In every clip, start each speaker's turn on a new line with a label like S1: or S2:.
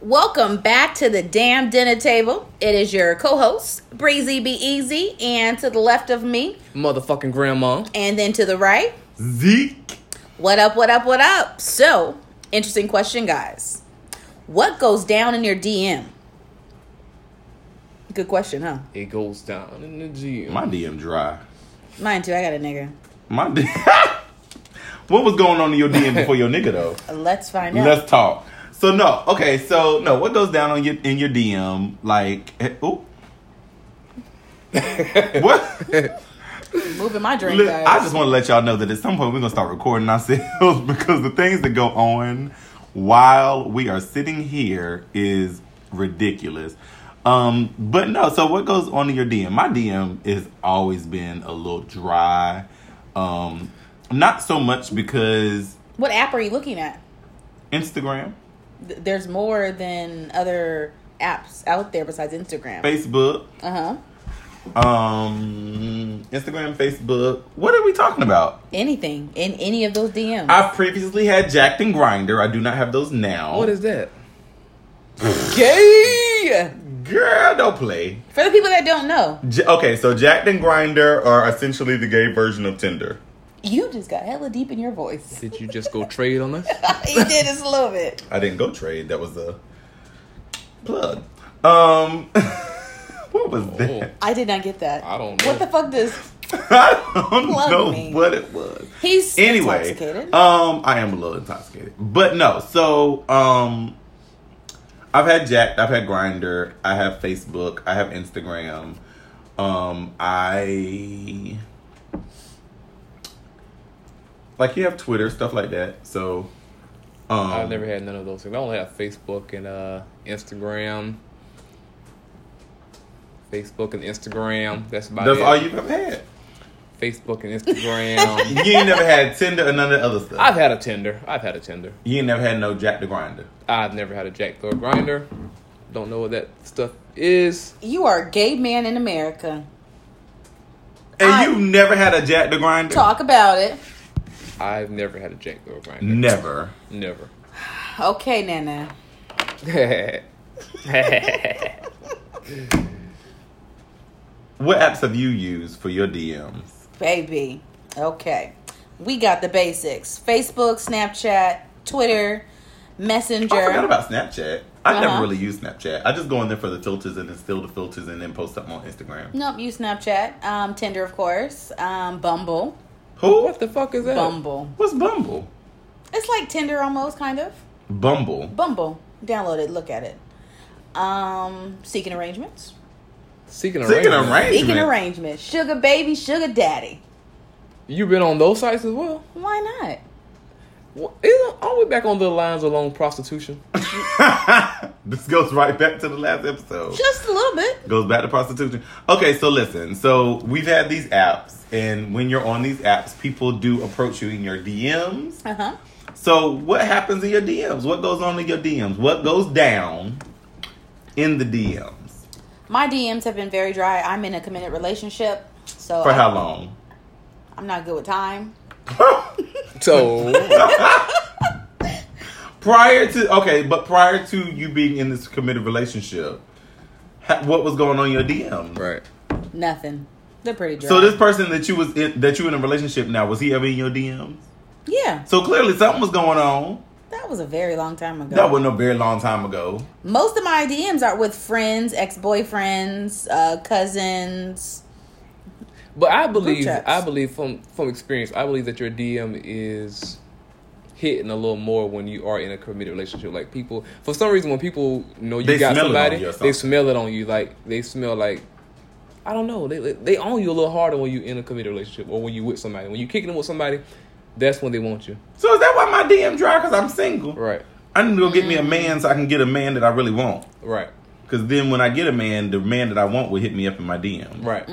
S1: Welcome back to the damn dinner table. It is your co-host Breezy Be Easy, and to the left of me,
S2: Motherfucking grandma.
S1: and then to the right,
S2: Zeke.
S1: what up? What up? What up? So, interesting question, guys. What goes down in your DM? Good question, huh?
S2: It goes down in the gym.
S3: My DM dry.
S1: Mine too. I got a nigga.
S3: My DM. what was going on in your DM before your nigga though?
S1: Let's find out.
S3: Let's talk. So no, okay, so no, what goes down on your in your DM? Like, eh, oh, what?
S1: Moving my drink,
S3: Look,
S1: guys.
S3: I just want to let y'all know that at some point we're gonna start recording ourselves because the things that go on while we are sitting here is ridiculous. Um, but no, so what goes on in your DM? My DM has always been a little dry. Um, not so much because
S1: what app are you looking at?
S3: Instagram,
S1: Th- There's more than other apps out there besides Instagram.
S3: Facebook,
S1: Uh huh.
S3: um, Instagram, Facebook. What are we talking about?
S1: Anything in any of those DMs.
S3: I previously had Jacked and Grinder. I do not have those now.
S2: What is that?
S1: Gay.
S3: girl? Don't play.
S1: For the people that don't know,
S3: J- okay, so Jacked and Grinder are essentially the gay version of Tinder.
S1: you just got hella deep in your voice.
S2: Did you just go trade on us?
S1: he did just a little bit.
S3: I didn't go trade. That was a plug. Um, what was
S1: Oh.
S3: that?
S1: I did not get that.
S2: I don't know.
S1: What the fuck does
S3: I don't
S1: Plug
S3: know
S1: me.
S3: what it was.
S1: he's
S3: Anyway,
S1: intoxicated?
S3: um, I am a little intoxicated, but no. So, um, I've had Jacked, I've had Grinder, I have Facebook, I have Instagram. Um, I like you have Twitter stuff like that. So, um,
S2: I've never had none of those things. I only have Facebook and uh, Instagram. Facebook and Instagram. That's about
S3: That's
S2: it.
S3: all you've ever had.
S2: Facebook and Instagram.
S3: You ain't never had Tinder or none of the other stuff.
S2: I've had a Tinder. I've had a Tinder.
S3: you ain't never had no Jack the Grinder.
S2: I've never had a Jack Thor grinder. Don't know what that stuff is.
S1: you are a gay man in America.
S3: And
S1: I-
S3: you never had a Jack the Grinder?
S1: Talk about it.
S2: I've never had a Jack Thor grinder.
S3: Never.
S2: Never.
S1: Okay, Nana.
S3: What apps have you used for your DMs?
S1: Baby. Okay. We got the basics. Facebook, Snapchat, Twitter, Messenger.
S3: I forgot about Snapchat. I
S1: Uh-huh.
S3: never really use Snapchat. I just go in there for the filters and then steal the filters and then post something on Instagram.
S1: Nope, you Snapchat. Um, Tinder, of course. Um, Bumble.
S3: Who?
S2: what the fuck is that?
S1: Bumble.
S3: What's Bumble?
S1: It's like Tinder almost, kind of.
S3: Bumble.
S1: Bumble. Download it. Look at it. Um, seeking arrangements.
S2: Seeking
S3: Seeking
S2: arrangement.
S3: arrangements.
S1: Seeking arrangements. Sugar baby, sugar daddy.
S2: You've been on those sites as well.
S1: Why not?
S2: Well, Isn't all the way back on the lines along prostitution?
S3: this goes right back to the last episode.
S1: Just a little bit.
S3: goes back to prostitution. Okay, so listen. So we've had these apps, and when you're on these apps, people do approach you in your DMs.
S1: Uh huh.
S3: So what happens in your DMs? What goes on in your DMs? What goes down in the DMs?
S1: My DMs have been very dry. I'm in a committed relationship, so
S3: For
S1: I-
S3: how long?
S1: I'm not good with time.
S2: So
S3: prior to okay, but prior to you being in this committed relationship, ha- what was going on in your DMs?
S2: right.
S1: Nothing. They're pretty dry.
S3: So this person that you was in, that you in a relationship now was he ever in your DMs?
S1: yeah,
S3: So clearly something was going on.
S1: that was a very long time ago.
S3: That wasn't a very long time ago.
S1: Most of my DMs are with friends, ex boyfriends, uh, cousins.
S2: But I believe
S1: chats.
S2: I believe from from experience, I believe that your DM is hitting a little more when you are in a committed relationship. Like people for some reason when people know you
S3: They
S2: got
S3: smell it on
S2: somebody,
S3: you or
S2: they
S3: something.
S2: smell it on you. Like they smell like I don't know. They they own you a little harder when you're in a committed relationship or when you with somebody. When you kicking them with somebody, that's when they want you.
S3: So is that why my DM dry? Because I'm single.
S2: Right. Mm-hmm.
S3: I need to go get me a man so I can get a man that I really want.
S2: Right.
S3: Because then when I get a man, the man that I want will hit me up in my DM.
S1: Mm-hmm.
S2: Right.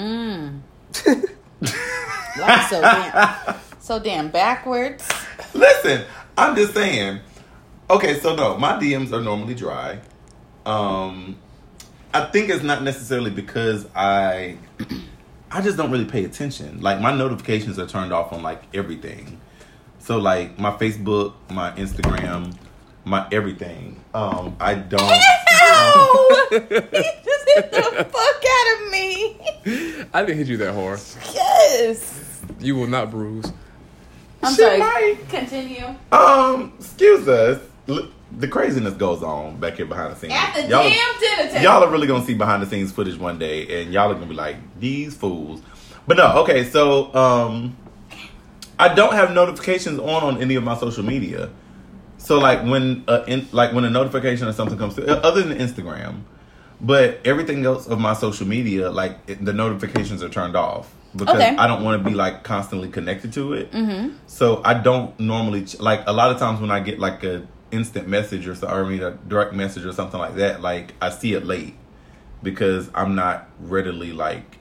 S1: Like so damn, so damn backwards.
S3: Listen, I'm just saying. Okay, so no, my DMs are normally dry. Um, I think it's not necessarily because I, I just don't really pay attention. Like my notifications are turned off on like everything. So like my Facebook, my Instagram, my everything. Um, I don't.
S1: Ow! he just hit the fuck out of me.
S2: I didn't hit you that hard.
S1: Yes.
S2: You will not bruise.
S1: I'm
S3: She
S1: sorry.
S3: might.
S1: Continue.
S3: Um, excuse us. L- The craziness goes on back here behind the scenes.
S1: At the
S3: Y'all-
S1: damn dinner table.
S3: y'all are really gonna see behind the scenes footage one day and y'all are gonna be like these fools but no okay so um i don't have notifications on on any of my social media so like when a in, like when a notification or something comes through other than instagram but everything else of my social media like it, the notifications are turned off because
S1: Okay. Mm-hmm.
S3: i don't want to be like constantly connected to it so I don't normally ch- like a lot of times when I get like a instant message or so, or I mean a direct message or something like that. Like I see it late because I'm not readily like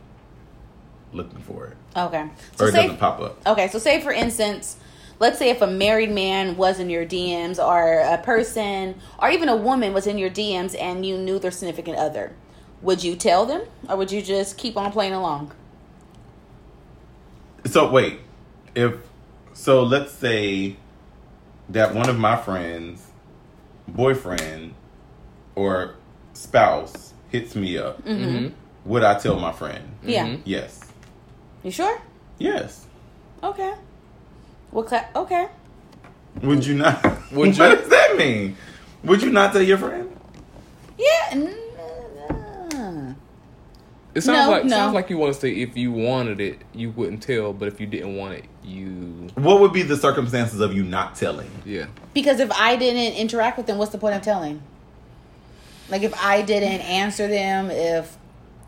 S3: looking for it
S1: Okay. So
S3: or it
S1: say-
S3: doesn't pop up.
S1: Okay, so say for instance, let's say if a married man was in your DMs or a person or even a woman was in your DMs and you knew their significant other, would you tell them or would you just keep on playing along?
S3: So wait, if so, let's say that one of my friends, boyfriend, or spouse hits me up. Would I tell my friend?
S1: Yeah.
S3: Yes.
S1: You sure?
S3: Yes.
S1: Okay. Well, cla- okay.
S3: Would you not?
S2: Would
S3: what
S2: you-
S3: does that mean? Would you not tell your friend?
S1: Yeah. mm, uh,
S2: It sounds
S1: No,
S2: like
S1: no.
S2: sounds like you want to say if you wanted it, you wouldn't tell, but if you didn't want it, you
S3: What would be the circumstances of you not telling?
S2: yeah.
S1: Because if I didn't interact with them, what's the point of telling? Like if I didn't answer them, if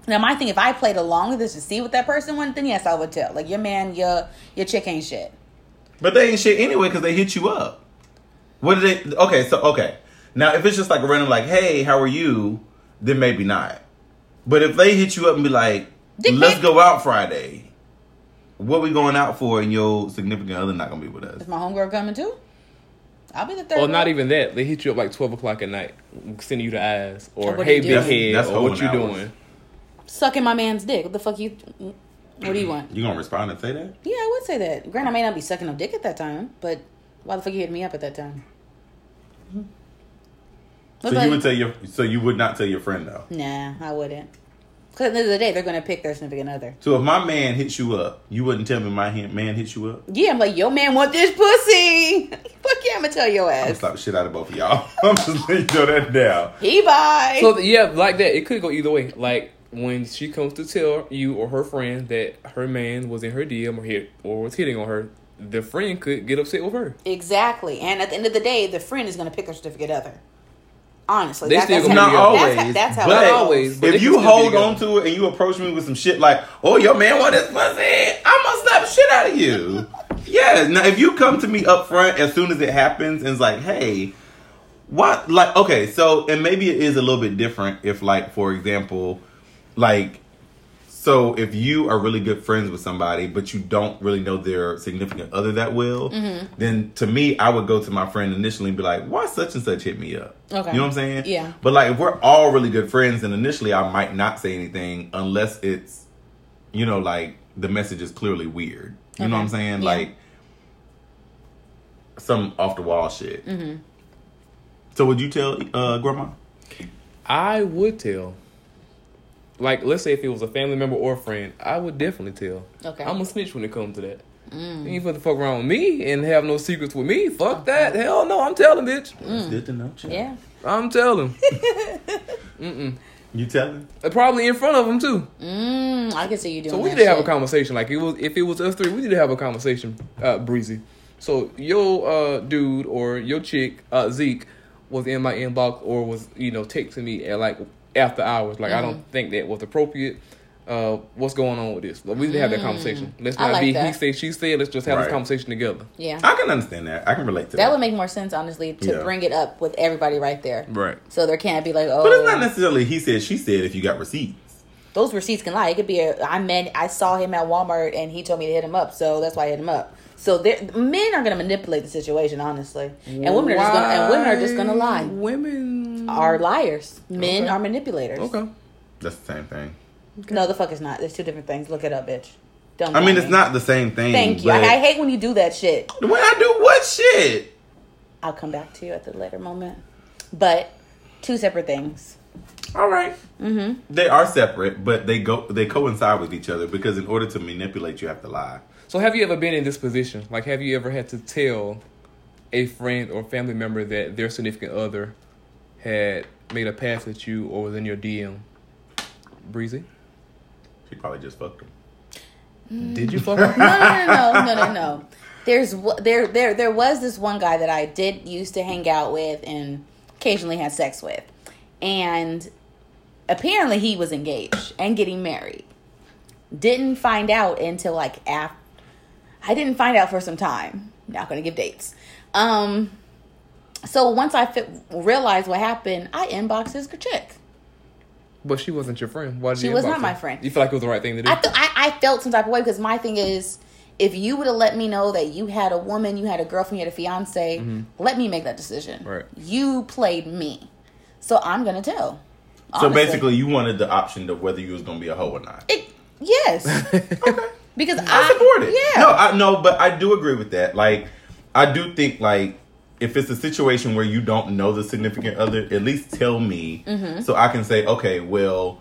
S1: now my thing, if I played along with this to see what that person wanted, then yes, I would tell. Like your man, your your chick ain't shit.
S3: But they ain't shit anyway because they hit you up. What did they? Okay, so okay. Now if it's just like a random like, hey, how are you? Then maybe not. But if they hit you up and be like,
S1: Dick
S3: let's
S1: pic.
S3: go out Friday. What we going out for? And your significant other not gonna be with us.
S1: Is my homegirl coming too? I'll be the third.
S2: Or not
S1: one.
S2: even that. They hit you up like twelve o'clock at night, sending you the eyes or
S1: What
S2: hey
S1: you
S2: big
S1: doing?
S2: head
S3: That's- that's
S2: or what
S3: holding
S2: you
S3: hours.
S2: doing.
S1: sucking my man's dick. What the fuck you? What do you want?
S3: You gonna respond and say that?
S1: Yeah, I would say that. Granted, I may not be sucking no dick at that time, but why the fuck you hit me up at that time? But
S3: so
S1: like-
S3: you would tell your. So you would not tell your friend though.
S1: Nah, I wouldn't. Because at the end of the day, they're gonna pick their significant other.
S3: So if my man hits you up, you wouldn't tell me my he- man hit you up.
S1: Yeah, I'm like, yo, man, want this pussy? Fuck yeah, I'm gonna tell your
S3: I'm gonna
S1: ass.
S3: slap the shit out of both of y'all. I'm just letting you know that now.
S1: He bye.
S2: So yeah, like that. It could go either way. Like when she comes to tell you or her friend that her man was in her DM or hit or was hitting on her, the friend could get upset with her.
S1: exactly. And at the end of the day, the friend is gonna pick their significant other. Honestly,
S2: They
S1: that-
S2: still
S1: that's
S2: gonna
S1: how-
S2: be
S1: that's
S2: always,
S1: how- That's how.
S2: but
S1: it goes.
S2: always. But they can
S3: if you
S2: still be
S3: hold
S2: together.
S3: on to it and you approach me with some shit like, "Oh, your man want this pussy," I'm gonna slap the shit out of you. Yeah. Now, if you come to me up front as soon as it happens and it's like, "Hey, what?" Like, okay, so and maybe it is a little bit different if, like, for example, like. So if you are really good friends with somebody, but you don't really know their significant other that well,
S1: Mm-hmm.
S3: then to me, I would go to my friend initially and be like, "Why such and such hit me up?"
S1: Okay.
S3: you know what I'm saying?
S1: Yeah.
S3: But like, if we're all really good friends, and initially I might not say anything unless it's, you know, like the message is clearly weird. You know what I'm
S1: Okay.
S3: saying?
S1: Yeah.
S3: Like some off the wall shit.
S1: Mm-hmm.
S3: So would you tell uh, grandma?
S2: I would tell. Like, let's say if it was a family member or a friend, I would definitely tell.
S1: Okay.
S2: I'm a snitch when it comes to that.
S1: Mm.
S2: You ain't supposed to fuck around with me and have no secrets with me. Fuck that. Hell no, I'm telling, bitch.
S3: It's good to know. child.
S1: Mm. Yeah.
S2: I'm telling.
S3: You telling?
S2: Uh, Probably in front of them too.
S1: Mm, I can see you doing.
S2: So we
S1: that
S2: need to have a
S1: shit.
S2: conversation. Like it was, if it was us three, we need to have a conversation, uh, Breezy. So your uh, dude or your chick, uh, Zeke, was in my inbox or was you know texting me at like after hours. Like I don't
S1: Mm-hmm.
S2: think that was appropriate. Uh, what's going on with this? Like, we need to have that conversation. Let's
S1: Mm, I
S2: not
S1: like
S2: be he
S1: that.
S2: say she said. Let's just have
S3: Right.
S2: this conversation together.
S1: Yeah.
S3: I can understand that. I can relate to that.
S1: That would make more sense, honestly, to
S3: Yeah.
S1: bring it up with everybody right there.
S2: Right.
S1: So there can't be like, oh,
S3: but it's not necessarily he said, she said. If you got receipts,
S1: those receipts can lie. It could be a, I met, I saw him at Walmart and he told me to hit him up, so that's why I hit him up. So there, men are going to manipulate the situation, honestly, and women are just going to, and women are just going to
S2: Why
S1: lie.
S2: Women
S1: Are liars. Men
S2: Okay.
S1: are manipulators.
S2: okay.
S3: that's the same thing.
S1: No, the fuck is not. There's two different things. Look it up, bitch. Don't.
S3: I mean,
S1: lie
S3: it's not the same thing.
S1: Thank you.
S3: but
S1: I, I hate when you do that shit.
S3: when I do what shit?
S1: I'll come back to you at the later moment. But two separate things.
S3: All right.
S1: Mm-hmm.
S3: They are separate, but they go they coincide with each other because in order to manipulate, you have to lie.
S2: So have you ever been in this position? Like have you ever had to tell a friend or family member that their significant other had made a pass at you or was in your DM? Breezy?
S3: She probably just fucked him.
S2: Did you fuck her?
S1: No, no, no, no, no, no, no. There's w- there there there was this one guy that I did used to hang out with and occasionally had sex with, and apparently he was engaged and getting married. Didn't find out until like after. I didn't find out for some time. Not gonna give dates. Um, so once I fi- realized what happened, I inboxed his chick.
S2: But she wasn't your friend. Why did
S1: She
S2: you
S1: was
S2: inbox
S1: not
S2: her?
S1: my friend.
S2: You feel like it was the right thing to do?
S1: I, th- I I felt some type of way because my thing is, if you would have let me know that you had a woman, you had a girlfriend, you had a fiance,
S3: Mm-hmm.
S1: let me make that decision.
S2: Right.
S1: You played me, so I'm gonna tell.
S3: So
S1: Honestly.
S3: basically, you wanted the option of whether you was gonna be a hoe or not.
S1: it, yes, because I,
S3: I support it.
S1: Yeah,
S3: No, I no, but I do agree with that. Like, I do think like if it's a situation where you don't know the significant other, at least tell me
S1: Mm-hmm.
S3: so I can say, okay, well,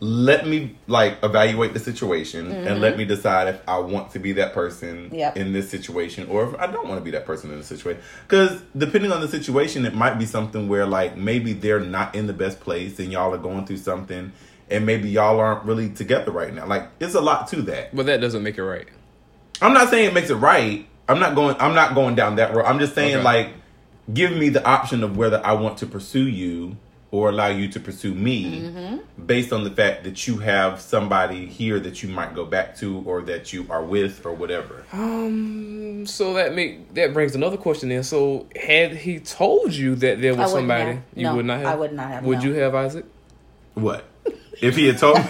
S3: let me like evaluate the situation and let me decide if I want to be that person
S1: Mm-hmm. Yep.
S3: in this situation or if I don't want to be that person in this situation. Because depending on the situation, it might be something where like maybe they're not in the best place and y'all are going through something. And maybe y'all aren't really together right now. Like, it's a lot to that.
S2: but that doesn't make it right.
S3: I'm not saying it makes it right. I'm not going. I'm not going down that road. I'm just saying
S2: Okay.
S3: like, give me the option of whether I want to pursue you or allow you to pursue me,
S1: Mm-hmm.
S3: based on the fact that you have somebody here that you might go back to or that you are with or whatever.
S1: Oh.
S2: Um. So that make that brings another question in. So had he told you that there was
S1: I wouldn't
S2: somebody,
S1: have.
S2: you
S1: No,
S2: would not have.
S1: I would not have,
S2: Would
S1: no.
S2: you have Isaac?
S3: What if he had told me?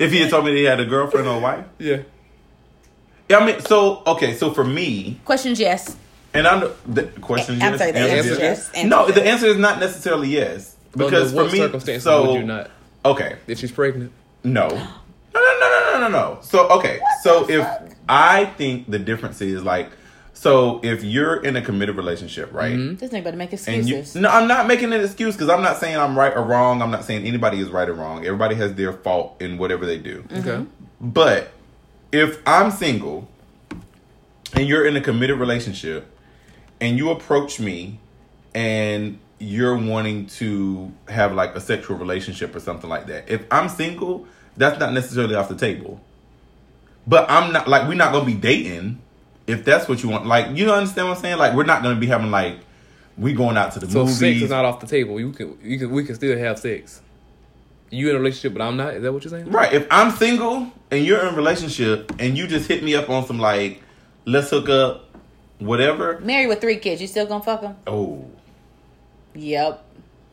S3: if he had told me that he had a girlfriend or a wife?
S2: Yeah.
S3: Yeah, I mean, so okay, so for me,
S1: questions yes.
S3: and I'm the question.
S1: I'm
S3: yes,
S1: sorry, the
S3: answer
S2: answer is
S1: yes.
S3: No, the answer is not necessarily yes because
S2: Under what
S3: for me,
S2: circumstances
S3: so
S2: would you not?
S3: okay.
S2: If she's pregnant.
S3: No. No, no, no, no, no, no, no. So, okay. so, if I think the difference is like, so if you're in a committed relationship, right?
S1: This ain't about to make
S3: And you,
S1: excuses.
S3: no, I'm not making an excuse because I'm not saying I'm right or wrong. I'm not saying anybody is right or wrong. Everybody has their fault in whatever they do.
S2: Okay.
S3: But if I'm single and you're in a committed relationship and you approach me and you're wanting to have like a sexual relationship or something like that, if I'm single, that's not necessarily off the table. But I'm not like we're not gonna be dating if that's what you want. Like you understand what I'm saying? Like we're not gonna be having like we going out to the
S2: So
S3: movies.
S2: sex is not off the table. You can, you can, we can still have sex. You in a relationship, but I'm not. Is that what you're saying?
S3: Right. If I'm single and you're in a relationship and you just hit me up on some like, let's hook up, whatever.
S1: Married with three kids, you still gonna fuck him?
S3: Oh
S1: Yep.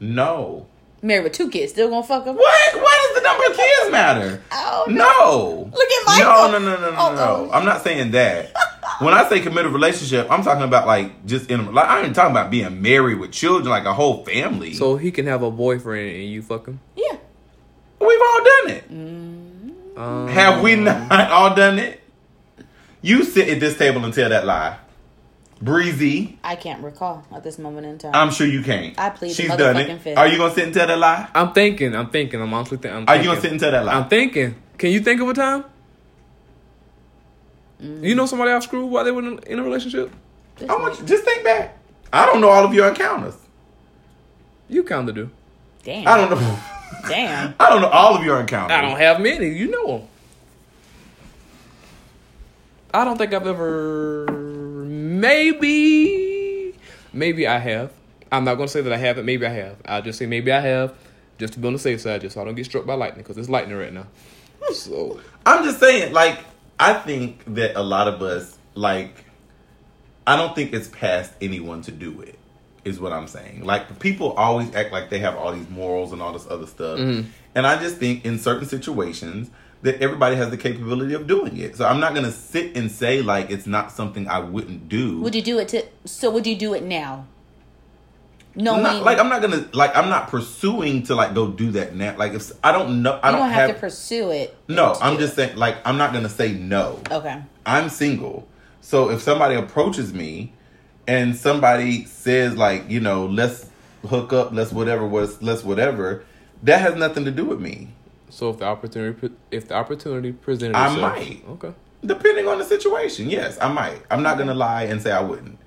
S3: no.
S1: Married with two kids, still gonna fuck him?
S3: What? Why does the number of kids matter?
S1: Oh, no.
S3: No.
S1: Look at
S3: No,
S1: Michael.
S3: no, no, no, no,
S1: Uh-oh.
S3: no. I'm not saying that. When I say committed relationship, I'm talking about like just in a- like I ain't talking about being married with children, like a whole family.
S2: So he can have a boyfriend and you fuck him.
S1: Yeah.
S3: we've all done it.
S1: Mm.
S2: Um,
S3: Have we not all done it? You sit at this table and tell that lie, breezy.
S1: I can't recall at this moment in time.
S3: I'm sure you can't.
S1: I plead the motherfucking fifth.
S3: Are you gonna sit and tell that lie?
S2: I'm thinking. I'm thinking. I'm honestly thinking.
S3: Are you gonna sit and tell that lie?
S2: I'm thinking. Can you think of a time? You know somebody I've screwed while they were in- in a relationship?
S1: This
S3: I want
S1: nigga-
S3: you, just think back. I don't know all of your encounters.
S2: You kind of do.
S1: Damn.
S3: I don't know.
S1: Damn.
S3: I don't know all of your encounters.
S2: I don't have many. You know them. I don't think I've ever. Maybe. Maybe I have. I'm not going to say that I haven't. Maybe I have. I'll just say maybe I have, just to be on the safe side, just so I don't get struck by lightning, because it's lightning right now. So,
S3: I'm just saying, like, I think that a lot of us, like, I don't think it's past anyone to do it, is what I'm saying. Like, people always act like they have all these morals and all this other stuff.
S1: Mm-hmm.
S3: And I just think in certain situations that everybody has the capability of doing it. So I'm not going to sit and say, like, it's not something I wouldn't do.
S1: Would you do it to? So would you do it now? No,
S3: I'm not, like I'm not gonna like I'm not pursuing to like go do that now. Like if I don't know, I
S1: you
S3: don't,
S1: don't have,
S3: have
S1: to pursue it.
S3: no. I'm just saying like I'm not gonna say no.
S1: Okay.
S3: I'm single. So if somebody approaches me and somebody says like, you know, let's hook up, let's whatever, was let's whatever, that has nothing to do with me.
S2: So if the opportunity pre- if the opportunity presented
S3: I
S2: itself,
S3: might.
S2: Okay.
S3: Depending on the situation, yes, I might. I'm not gonna lie and say I wouldn't.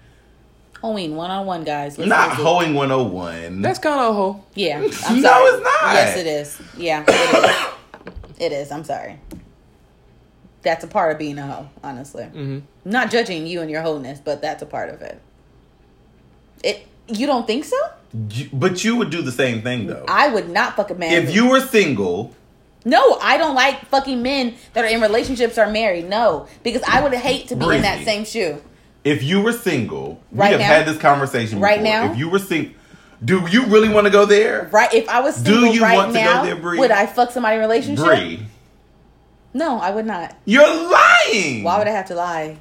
S1: Hoeing one on one, Oh, guys. Let's
S3: Not
S1: face it.
S3: hoeing 101.
S2: That's kind of a hoe.
S1: Yeah. I'm sorry.
S3: No, it's not.
S1: Yes, it is. Yeah, it is. it is. I'm sorry. That's a part of being a hoe, honestly.
S2: Mhm.
S1: Not judging you and your wholeness, but that's a part of it. It. You don't think so?
S3: You- but you would do the same thing though.
S1: I would not fuck a man.
S3: if
S1: who-
S3: you were single,
S1: No, I don't like fucking men that are in relationships or married. No, because I would hate to be in that
S3: Breezy.
S1: same shoe.
S3: if you were single, we
S1: Right
S3: have
S1: now?
S3: had this conversation
S1: Right
S3: before.
S1: now?
S3: If you were single, do you really want to go there?
S1: Right? If I was
S3: Do
S1: single
S3: you
S1: right
S3: want to go
S1: now,
S3: there, Bree?
S1: would I fuck somebody in a relationship?
S3: Bree,
S1: No, I would not.
S3: you're lying.
S1: Why would I have to lie?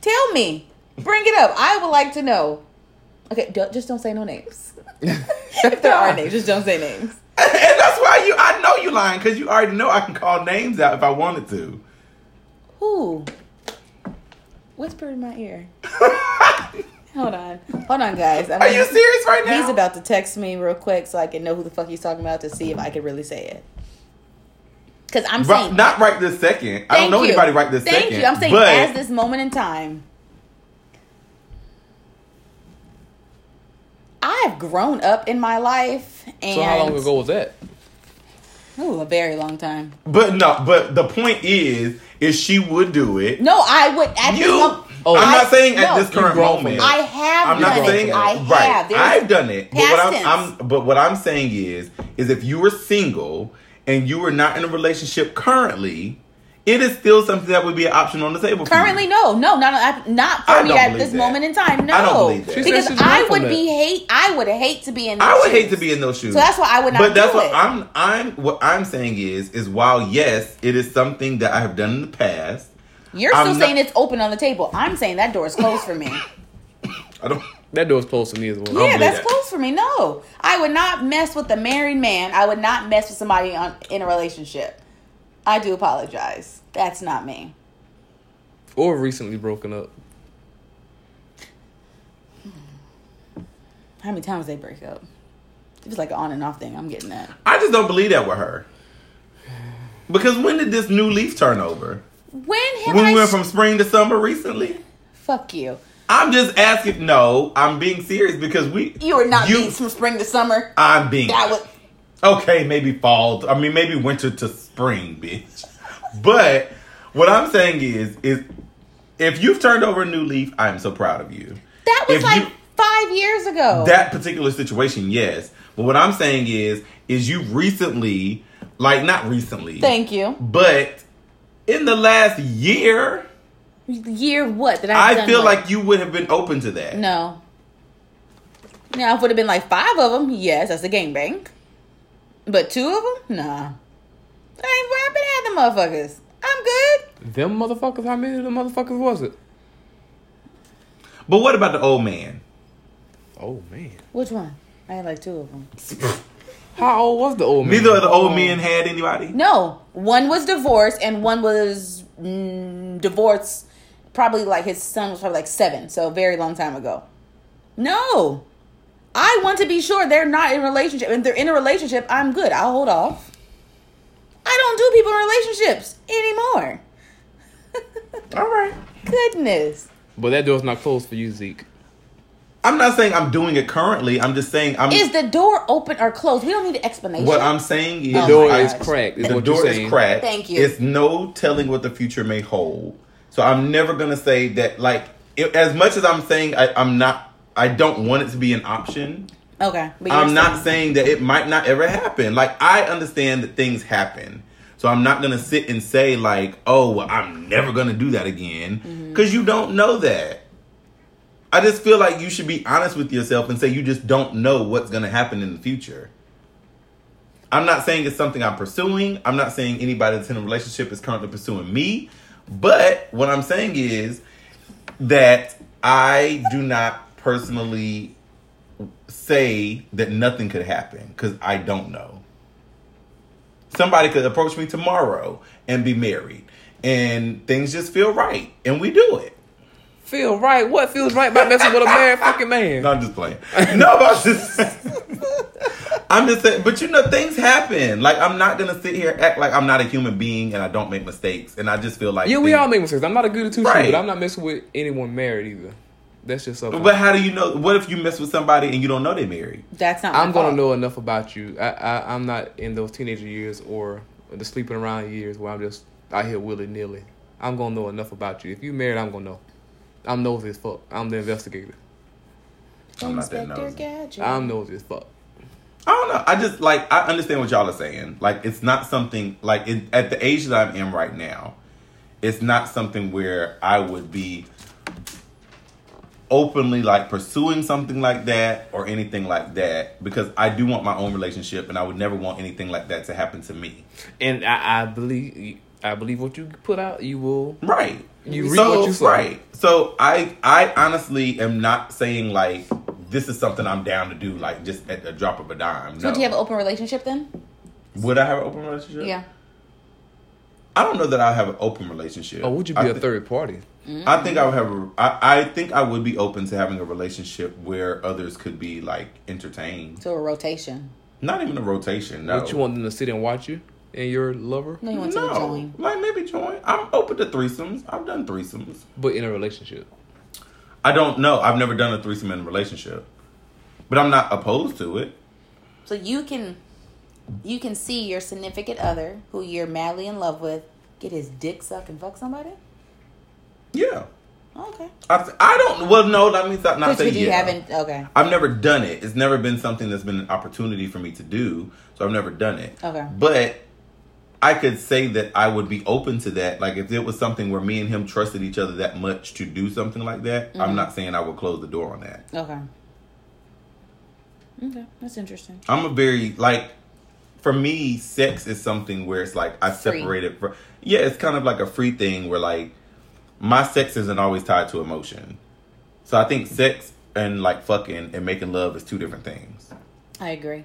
S1: Tell me. Bring it up. I would like to know. Okay, don't, just don't say no names. if there are names, just don't say names.
S3: and that's why you. I know you lying because you already know I can call names out if I wanted to.
S1: Who? Whisper in my ear. Hold on. Hold on, guys. I'm
S3: Are you serious right now?
S1: He's about to text me real quick so I can know who the fuck he's talking about to see if I could really say it. Because I'm
S3: Ri-
S1: saying.
S3: not right this second. I don't
S1: Thank
S3: know
S1: you.
S3: anybody right this
S1: Thank
S3: second.
S1: you. I'm saying
S3: but
S1: as this moment in time. I've grown up in my life and
S2: So how long ago was that?
S1: Ooh, a very long time.
S3: but no. But the point is, is she would do it.
S1: No, I would at
S3: You.
S1: this moment,
S2: Oh,
S3: I'm
S2: I-
S3: not saying at
S1: no.
S3: this current
S2: You grown
S3: moment.
S2: from
S1: I have
S3: I'm
S1: done
S3: not
S1: it.
S3: saying
S1: I have.
S3: right.
S1: There's-
S3: I've done it, but what
S1: past
S3: I'm, I'm but what I'm saying is is if you were single and you were not in a relationship currently, it is still something that would be an option on the table. for you.
S1: Currently, no, no, not not for
S3: I
S1: me
S3: don't
S1: at
S3: believe
S1: this
S3: that.
S1: moment in time. No,
S3: I don't believe that. She said
S1: because
S2: she's
S1: I
S2: grown from
S1: would be
S2: it.
S1: hate. I would hate to be in.
S3: I
S1: those
S3: would hate
S1: shoes.
S3: to be in those shoes.
S1: So that's why I would not
S3: But that's
S1: do
S3: what
S1: it.
S3: I'm I'm what I'm saying is is while yes, it is something that I have done in the past.
S1: You're still
S3: I'm not-
S1: saying it's open on the table. I'm saying that door is closed for me.
S3: I don't
S2: That door's closed to me as well.
S1: Yeah,
S3: do
S1: that's
S3: that.
S1: close for me. No, I would not mess with a married man. I would not mess with somebody on, in a relationship. I do apologize. That's not me.
S2: Or recently broken up.
S1: How many times they break up? It was like an on and off thing. I'm getting that.
S3: I just don't believe that with her. Because when did this new leaf turn over?
S1: When have
S3: When
S1: I?
S3: we went
S1: sh-
S3: from spring to summer recently?
S1: Fuck you.
S3: I'm just asking. No, I'm being serious because we.
S1: You are not
S3: You-
S1: beats from spring to summer.
S3: I'm being.
S1: That was
S3: okay, maybe fall. I mean, maybe winter to spring, bitch. But what I'm saying is, is if you've turned over a new leaf, I'm so proud of you.
S1: that was
S3: If
S1: like
S3: you-
S1: five years ago.
S3: That particular situation, yes. But what I'm saying is, is you recently, like not recently,
S1: Thank you.
S3: but in the last year,
S1: Year what? That I've
S3: I
S1: done
S3: feel
S1: what?
S3: like you would have been open to that.
S1: no. Now if would have been like five of them. Yes, that's a gangbang. But two of them, nah. That ain't where I've been at the motherfuckers. I'm good.
S2: Them motherfuckers. How many of them motherfuckers was it?
S3: But what about the old man?
S2: Oh man.
S1: Which one? I had like two of them.
S2: How old was the old man?
S3: Neither of the old men had anybody.
S1: No, one was divorced and one was mm, divorced. Probably like his son was probably like seven, so a very long time ago. No, I want to be sure they're not in a relationship. If they're in a relationship, I'm good. I'll hold off. I don't do people in relationships anymore.
S3: All right.
S1: Goodness.
S2: But that door's not closed for you, Zeke.
S3: I'm not saying I'm doing it currently. I'm just saying I'm.
S1: Is the door open or closed? We don't need an explanation.
S3: what I'm saying
S1: The
S3: is
S2: The
S1: Oh
S2: door
S1: my
S2: is
S1: gosh.
S2: cracked. Is
S3: the
S2: what
S3: door
S2: you're
S3: is
S2: saying.
S3: cracked.
S1: Thank you.
S3: It's no telling what the future may hold. So I'm never gonna say that. Like it, as much as I'm saying, I, I'm not. I don't want it to be an option.
S1: okay. but you're
S3: I'm not saying that it might not ever happen. Like I understand that things happen. So I'm not gonna sit and say like, oh, well, I'm never gonna do that again,
S1: Mm-hmm.
S3: because you don't know that. I just feel like you should be honest with yourself and say you just don't know what's gonna happen in the future. I'm not saying it's something I'm pursuing. I'm not saying anybody that's in a relationship is currently pursuing me. But what I'm saying is that I do not personally say that nothing could happen because I don't know. Somebody could approach me tomorrow and be married, and things just feel right, and we do it.
S2: Feel right? What feels right about messing with a married fucking man?
S3: No, I'm just playing. No, but I'm just. I'm just saying, but you know, things happen. Like I'm not gonna sit here act like I'm not a human being and I don't make mistakes. And I just feel like
S2: yeah, we
S3: things-
S2: all make mistakes. I'm not a good at two
S3: Right.
S2: but I'm not messing with anyone married either. That's just something.
S3: But how do you know? What if you mess with somebody and you don't know they married?
S1: That's not.
S2: I'm
S1: my fault.
S2: gonna know enough about you. I, I I'm not in those teenager years or the sleeping around years where I'm just out here willy nilly. I'm gonna know enough about you. If you married, I'm gonna know. I'm nosy as fuck. I'm the investigator.
S3: I'm not that
S1: Inspector
S3: nosy.
S1: Gadget.
S2: I'm nosy as fuck.
S3: I don't know. I just like I understand what y'all are saying. Like it's not something like it, at the age that I'm in right now, it's not something where I would be openly like pursuing something like that or anything like that because I do want my own relationship and I would never want anything like that to happen to me.
S2: And I, I believe I believe what you put out, you will.
S3: Right.
S2: You reap what you sow.
S3: Right. So I I honestly am not saying like this is something I'm down to do like just at the drop of a dime.
S1: So
S3: No.
S1: do you have an open relationship then?
S3: would I have an open relationship?
S1: Yeah.
S3: I don't know that I have an open relationship.
S2: Or Oh, would you
S3: I
S2: be a
S3: thi-
S2: third party?
S3: I think
S1: Mm-hmm.
S3: I would have. A, I, I think I would be open to having a relationship where others could be like entertained.
S1: So a rotation.
S3: Not even a rotation. No.
S2: Would you want them to sit and watch you and your lover,
S1: No, you want to
S3: no.
S1: join.
S3: Like maybe join. I'm open to threesomes. I've done threesomes.
S2: but in a relationship?
S3: I don't know. I've never done a threesome in a relationship, but I'm not opposed to it.
S1: So you can, you can see your significant other who you're madly in love with get his dick sucked and fuck somebody.
S3: Yeah.
S1: Okay.
S3: I, th- I don't. Well, no, that means not, not
S1: But
S3: say
S1: you
S3: yeah.
S1: haven't. Okay.
S3: I've never done it. It's never been something that's been an opportunity for me to do, so I've never done it.
S1: Okay.
S3: But I could say that I would be open to that. Like if it was something where me and him trusted each other that much to do something like that,
S1: Mm-hmm.
S3: I'm not saying I would close the door on that.
S1: Okay. Okay, that's interesting.
S3: I'm a very like for me, sex is something where it's like I
S1: Free.
S3: separate it from Yeah, it's kind of like a free thing where like my sex isn't always tied to emotion. So I think sex and like fucking and making love is two different things.
S1: I agree.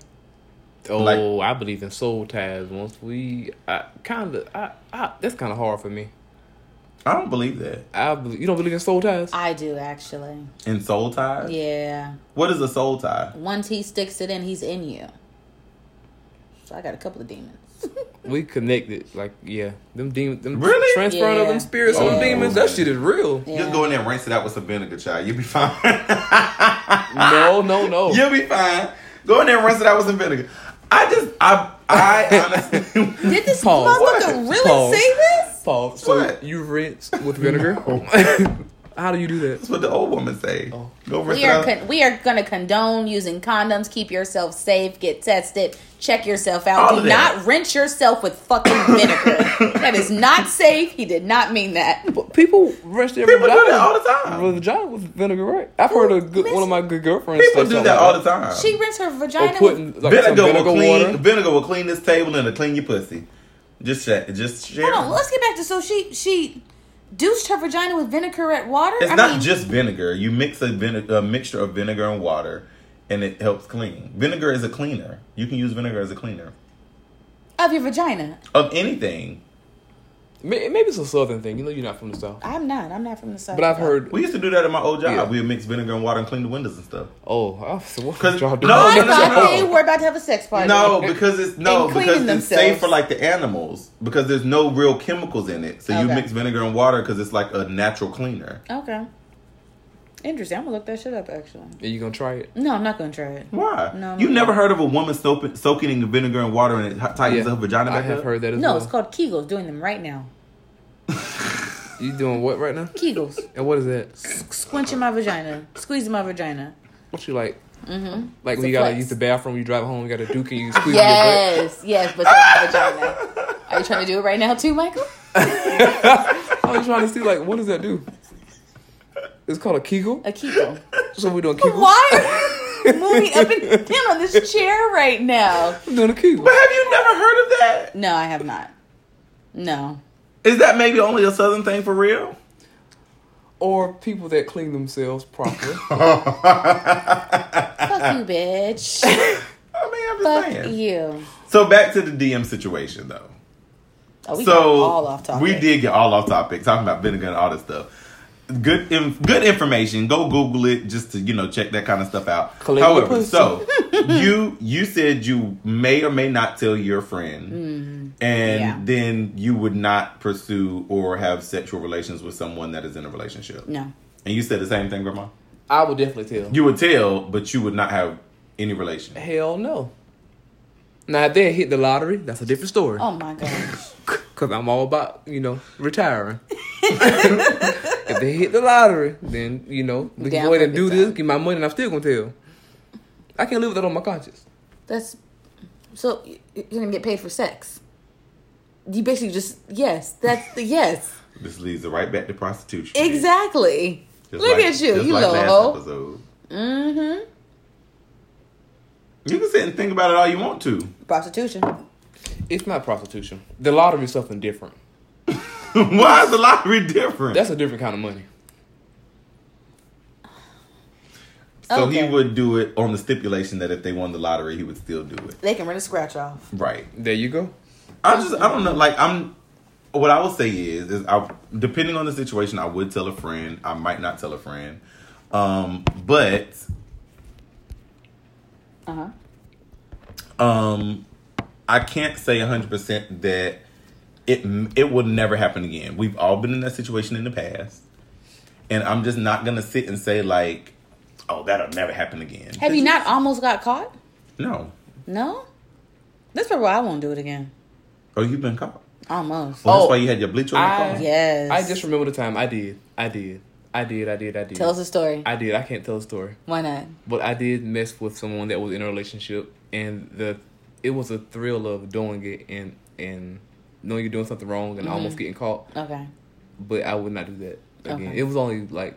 S2: Oh,
S3: Like-
S2: I believe in soul ties. Once we, I kind of, I, I, that's kind of hard for me.
S3: I don't believe that.
S2: I, believe, you don't believe in soul ties?
S1: I do actually.
S3: In soul ties?
S1: Yeah.
S3: What is a soul tie?
S1: Once he sticks it in, he's in you. So I got a couple of demons.
S2: We connected, like yeah. Them demons, them
S3: Really? Oh.
S2: transferring of
S1: Yeah.
S2: them spirits, of them
S1: Yeah.
S2: demons. That shit is real.
S1: Yeah.
S3: Just go in there and rinse it out with some vinegar, child. You'll be fine. Ah.
S2: No, no, no.
S3: You'll be fine. Go in there and rinse it out with some vinegar. I just, I, I honestly.
S1: Did this
S2: Pause.
S1: motherfucker
S3: What?
S1: really
S2: Pause.
S1: say this?
S2: Pause. So
S3: What?
S2: you rinse with vinegar. How do you do that?
S3: That's what the old woman say.
S2: Oh.
S3: Go rinse
S1: We
S3: it
S1: are
S3: out.
S1: con- we are gonna condone using condoms. Keep yourself safe. Get tested. Check yourself out.
S3: All of
S1: do
S3: that.
S1: not rinse yourself with fucking vinegar. that is not safe. He did not mean that.
S2: But people rinse their
S3: People do
S2: vagina-
S3: that all the time.
S2: Well, Vagina with vinegar, right? I've heard a good, one of my good girlfriends.
S3: People
S2: say
S3: do
S2: something
S3: that
S2: like
S3: all the time.
S1: She rinsed her vagina.
S2: Or putting
S1: with-
S2: like some
S3: vinegar,
S2: vinegar
S3: will clean.
S2: water.
S3: Vinegar will clean this table and it'll clean your pussy. Just check. Just share.
S1: Hold on. Let's get back to so she she douched her vagina with vinaigrette water.
S3: It's not just vinegar. You mix a, vine- a mixture of vinegar and water, and it helps clean. Vinegar is a cleaner. You can use vinegar as a cleaner
S1: of your vagina.
S3: of anything.
S2: May- Maybe it's a southern thing. You know, you're not from the south,
S1: I'm not. I'm not from the south.
S2: but I've heard.
S3: We used to do that at my old job.
S2: Yeah.
S3: We'd mix vinegar and water and clean the windows and stuff.
S2: Oh, I was, what
S3: 'Cause-
S2: y'all doing?
S3: no,
S1: I
S3: no, no,
S1: thought
S3: no.
S1: they were about to have a sex party.
S3: No, because it's no
S1: And cleaning
S3: because it's safe
S1: themselves.
S3: for like the animals because there's no real chemicals in it. So you
S1: Okay.
S3: mix vinegar and water because it's like a natural cleaner.
S1: Okay. Interesting. I'm gonna look that shit up. Actually,
S2: Are you gonna try it?
S1: no, I'm not gonna try it.
S3: Why?
S1: No,
S3: you
S1: no.
S3: never heard of a woman soap, soaking in vinegar and water and it h- tightens her vagina
S2: I
S3: back
S2: have
S3: up?
S2: heard that as
S1: No,
S2: well.
S1: it's called Kegels. Doing them right now.
S2: You doing what right now?
S1: Kegels.
S2: And what is that?
S1: Squinching my vagina. Squeezing my vagina.
S2: What you like? Mm-hmm. Like
S1: It's
S2: when
S1: a
S2: you gotta
S1: flex.
S2: use the bathroom, you drive home, you got a dookie, you squeeze your butt.
S1: Yes, yes, but it's my vagina. Are you trying to do it right now too, Michael?
S2: I was trying to see like what does that do? It's called a kegel.
S1: A Kegel.
S2: So we doing kegel.
S1: Why are you moving up and down on this chair right now?
S2: I'm doing a kegel.
S3: But have you never heard of that?
S1: No, I have not. No.
S3: Is that maybe only a southern thing for real?
S2: Or people that clean themselves properly.
S1: Fuck you, bitch.
S3: I mean, I'm just
S1: Fuck
S3: saying.
S1: you.
S3: So back to the DM situation though.
S1: Oh, we
S3: so
S1: got all off topic.
S3: we did get all off topic talking about vinegar and all this stuff. good in, good information. Go Google it just to you know check that kind of stuff out.
S2: Collect the
S3: However,
S2: pussy.
S3: so you you said you may or may not tell your friend, and
S1: Mm-hmm. Yeah.
S3: then you would not pursue or have sexual relations with someone that is in a relationship.
S1: No.
S3: And you said the same thing, Grandma.
S2: I would definitely tell.
S3: You would tell, but you would not have any relation.
S2: Hell no. Now if they hit the lottery, that's a different story.
S1: Oh my gosh.
S2: Cause I'm all about you know retiring. if they hit the lottery, then you know we can
S1: Down
S2: go ahead
S1: for
S2: and do
S1: big
S2: this,
S1: time.
S2: get my money, and I'm still gonna tell. I can't live with that on my conscience.
S1: That's so y- you're gonna get paid for sex. You basically just yes. That's the yes.
S3: This leads right back to prostitution.
S1: Exactly.
S3: Just
S1: Look
S3: like-
S1: at you,
S3: just
S1: you
S3: like
S1: little
S3: last
S1: hoe.
S3: episode.
S1: Mm-hmm.
S3: You can sit and think about it all you want to.
S1: Prostitution.
S2: It's not prostitution. The lottery is something different.
S3: Why is the lottery different?
S2: That's a different kind of money.
S3: so he
S1: Okay.
S3: would do it on the stipulation that if they won the lottery, he would still do it.
S1: They can rent a scratch off.
S3: Right.
S2: There you go.
S3: I just I don't know. Like I'm. What I will say is, is I depending on the situation, I would tell a friend. I might not tell a friend. Um, but
S1: Uh huh.
S3: um, I can't say hundred percent that it it will never happen again. We've all been in that situation in the past, and I'm just not gonna sit and say like, oh, that'll never happen again.
S1: Have you not almost got caught?
S3: No.
S1: No. That's probably why I won't do it again.
S3: Oh, you've been caught.
S1: Almost.
S3: Well,
S2: Oh,
S3: that's why you had your bleach on your
S2: I-
S3: car.
S1: Yes.
S2: I just remember the time I did. I did. I did. I did. I did.
S1: tell us a story.
S2: I did. I can't tell a story.
S1: Why not?
S2: But I did mess with someone that was in a relationship, and the it was a thrill of doing it and and knowing you're doing something wrong and almost getting caught.
S1: Okay.
S2: But I would not do that again.
S1: Okay.
S2: It was only like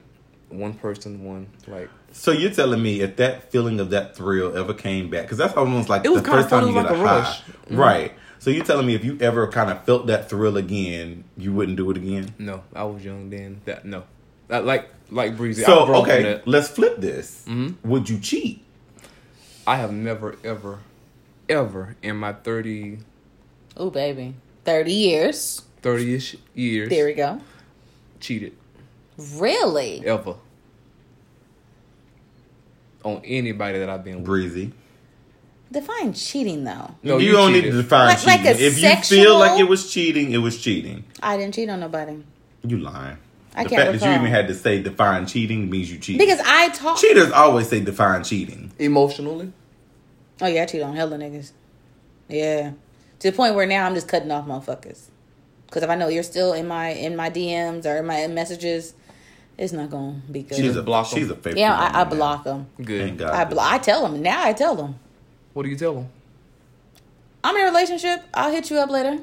S2: one person, one like
S3: So you're telling me if that feeling of that thrill ever came back, because that's almost like
S2: It was
S3: the
S2: kinda
S3: first time
S2: felt
S3: you
S2: like
S3: get a,
S2: a rush.
S3: high,
S1: Mm-hmm.
S3: right? So you're telling me if you ever kind of felt that thrill again, you wouldn't do it again.
S2: no. I was young then. That no, I, like like breezy. I broke
S3: so
S2: Mm-hmm. from
S3: okay,
S2: that.
S3: let's flip this. Would you cheat?
S2: I have never ever ever in my 30
S1: Ooh, baby. 30 years.
S2: 30 ish years
S1: There we go.
S2: cheated
S1: Really?
S2: ever on anybody that I've been with.
S3: Breezy.
S1: Define cheating, though.
S2: No,
S3: you,
S2: you
S3: don't need
S2: cheated.
S3: to define
S1: Like- like
S3: cheating.
S1: a
S3: if you feel
S1: sexual-
S3: like it was cheating, it was cheating.
S1: I didn't cheat on nobody.
S3: You lying.
S1: I
S3: the
S1: can't
S3: fact that you
S1: recall.
S3: even had to say define cheating means you cheated.
S1: Because I talk.
S3: cheaters always say define cheating.
S2: Emotionally,
S1: Oh, yeah, I cheat on hella niggas. Yeah. To the point where now I'm just cutting off motherfuckers. Because if I know you're still in my in my DMs or in my messages, it's not going to be good.
S3: She's a
S2: block 'em.
S3: She's a faithful.
S1: yeah, I, I
S3: woman now.
S1: block them.
S2: good.
S3: Thank God.
S1: I, blo- I tell them. Now I tell them.
S2: What do you tell them?
S1: I'm in a relationship. I'll hit you up later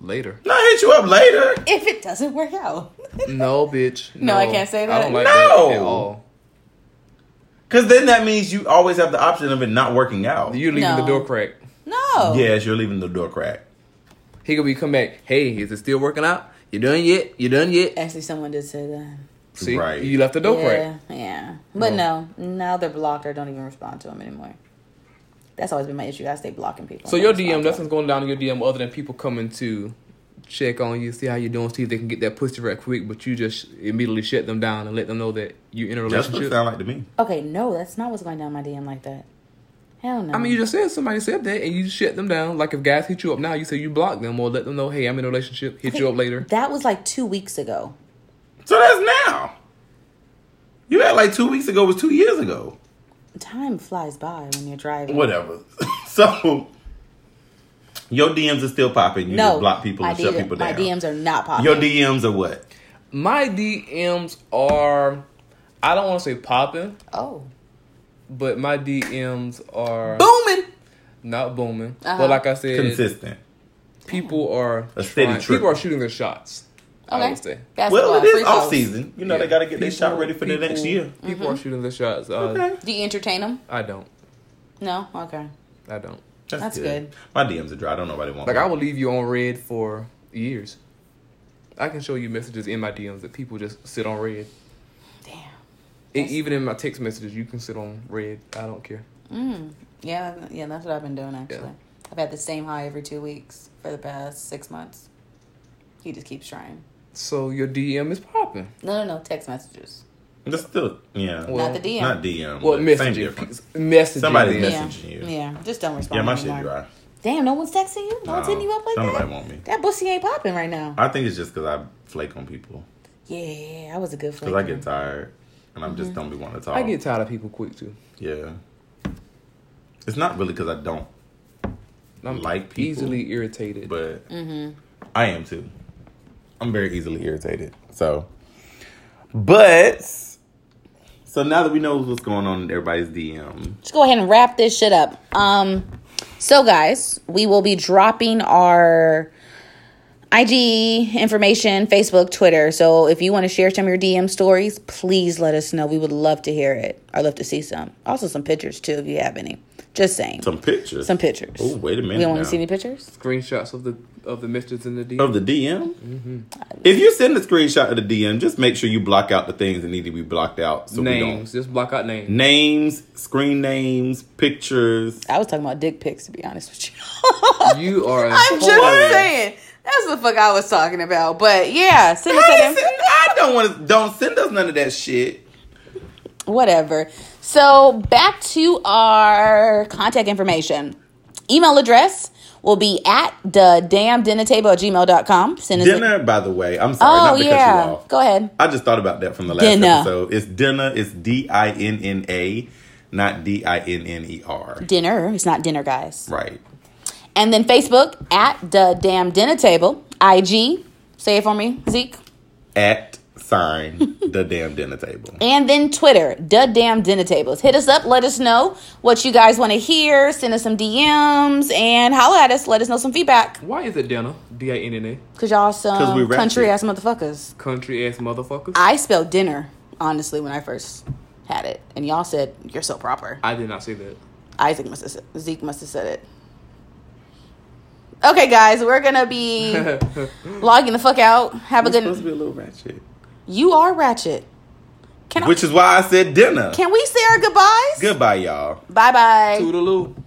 S2: Later.
S3: No, hit you up later.
S1: if it doesn't work out.
S2: No, bitch.
S1: No, I can't say
S2: I don't
S1: that.
S2: like
S3: No.
S2: that at all.
S3: Because then that means you always have the option of it not working out.
S2: You're leaving the
S1: No.
S2: door crack.
S1: No.
S3: yes, you're leaving the door crack.
S2: He could be come back. Hey, is it still working out? You done yet? You done yet?
S1: Actually, someone did say that.
S2: See,
S3: Right.
S2: you left the door
S1: yeah,
S2: crack.
S1: yeah. But
S2: No.
S1: no. now they're blocked or don't even respond to them anymore. That's always been my issue. I stay blocking people.
S2: So
S1: and
S2: your
S1: don't respond
S2: DM,
S1: to
S2: nothing's going down in your DM other than people coming to check on you, see how you doing, see if they can get that pussy right quick. But you just immediately shut them down and let them know that you're in a
S3: That's what it
S2: relationship.
S3: sound like to me.
S1: them. Okay, no, that's not what's going down my DM like that. Hell no.
S2: I mean, you just said somebody said that, and you shut them down. Like if guys hit you up now, you say you block them or let them know, hey, I'm in a relationship. Hit you up later.
S1: That was like two weeks ago.
S3: So that's now. You had like two weeks ago was two years ago.
S1: Time flies by when you're driving.
S3: Whatever. so your DMs are still popping. You
S1: No,
S3: just block people
S1: my
S3: and shut
S1: DM
S3: people
S1: My
S3: down.
S1: DMs are not popping.
S3: your DMs are what?
S2: My DMs are, I don't want to say popping,
S1: oh,
S2: but my DMs are
S1: booming.
S2: not booming.
S1: Uh-huh.
S2: But like I said,
S3: Consistent.
S2: people are
S3: A steady
S2: trying-
S3: trip.
S2: people are shooting their shots. I would say.
S1: Okay. That's
S3: well,
S1: what
S3: it
S1: free
S3: is off
S1: throws.
S3: season. You know they
S2: Yeah.
S3: got to get their
S2: People-
S3: shot ready for the next
S2: people-
S3: year.
S1: Mm-hmm.
S2: People are shooting their shots. Uh,
S3: Okay.
S1: Do you entertain them?
S2: I don't.
S1: No. Okay.
S2: I don't.
S3: That's,
S1: That's
S3: good.
S1: good.
S3: My DMs are dry. I don't nobody want.
S2: Like I
S3: them.
S2: will leave you on red for years. I can show you messages in my DMs that people just sit on red.
S1: Damn.
S2: And even in my text messages, you can sit on red. I don't care.
S1: Mm. Yeah, yeah, that's what I've been doing actually.
S2: Yeah.
S1: I've had the same high every two weeks for the past six months. He just keeps trying.
S2: So your DM is popping. talking.
S1: No, no, no. Text messages.
S3: That's still yeah.
S2: Well,
S1: not the DM.
S3: not DM.
S2: Well,
S3: but same
S2: messaging.
S3: difference.
S2: Messaging.
S3: Somebody
S2: then.
S1: yeah.
S3: messaging you.
S1: Yeah. Just don't respond.
S3: Yeah, my shit
S1: anymore.
S3: dry.
S1: Damn, no one's texting you? No one's hitting you up like
S3: don't
S1: that?
S3: nobody want me.
S1: That pussy ain't popping right now.
S3: I think it's just because I flake on people
S1: Yeah, I was a good flake.
S3: because I get tired and I'm
S1: Mm-hmm.
S3: just don't be wanting to talk.
S2: I get tired of people quick too.
S3: yeah. It's not really because I don't,
S2: I'm
S3: Like people.
S2: easily irritated.
S3: but
S1: Mm-hmm.
S3: I am too. I'm very easily irritated. So, but so now that we know what's going on in everybody's DM,
S1: Let's go ahead and wrap this shit up. Um, so guys, we will be dropping our IG information, Facebook, Twitter. So if you want to share some of your DM stories, please let us know. We would love to hear it. I'd love to see some. Also some pictures too, if you have any. Just saying. Some,
S3: some pictures.
S1: pictures.
S3: Oh, wait a minute.
S1: we don't want
S3: now.
S1: to see any pictures?
S2: Screenshots of the of the messages in the DM.
S3: Of the DM? If you send a screenshot of the DM, just make sure you block out the things that need to be blocked out. So We don't.
S2: names. Just block out names.
S3: Names, screen names, pictures.
S1: I was talking about dick pics to be honest with you.
S2: You are. a
S1: I'm just
S2: whore.
S1: saying. That's the fuck I was talking about. But yeah, send us
S3: I,
S1: that
S3: ain't
S1: info.
S3: send- I don't want to. Don't send us none of that shit.
S1: whatever. So back to our contact information. Email address will be at the damn dinner table at gmail.com. Send us a-
S3: Dinner, by the way. I'm sorry.
S1: Oh
S3: not because you
S1: yeah.
S3: all.
S1: Go ahead.
S3: I just thought about that from the last
S1: Dinner.
S3: episode. It's dinner. It's D I N N A, not D I N N E R.
S1: Dinner. It's not dinner, guys.
S3: Right.
S1: And then Facebook at the damn dinner table. IG. Say it for me, Zeke.
S3: At sign the damn dinner table.
S1: And then Twitter, the damn dinner tables. Hit us up. Let us know what you guys want to hear. Send us some DMs and holla at us. Let us know some feedback.
S2: Why is it Dana? D I N N A.
S1: Cause y'all
S3: 'Cause we
S1: some
S3: ratchet.
S1: country ass motherfuckers.
S2: Country ass motherfuckers. I,
S1: I spelled dinner honestly when I first had it, and y'all said you're so proper.
S2: did not say that.
S1: Isaac must have said, Zeke must have said it. Okay, guys, we're gonna be logging the fuck out. Have a
S3: It's supposed to
S1: good.
S3: be a little ratchet.
S1: You are ratchet. Can I,
S3: Which is why I said dinner.
S1: can we say our goodbyes?
S3: Goodbye, y'all.
S1: Bye bye.
S2: Toodaloo.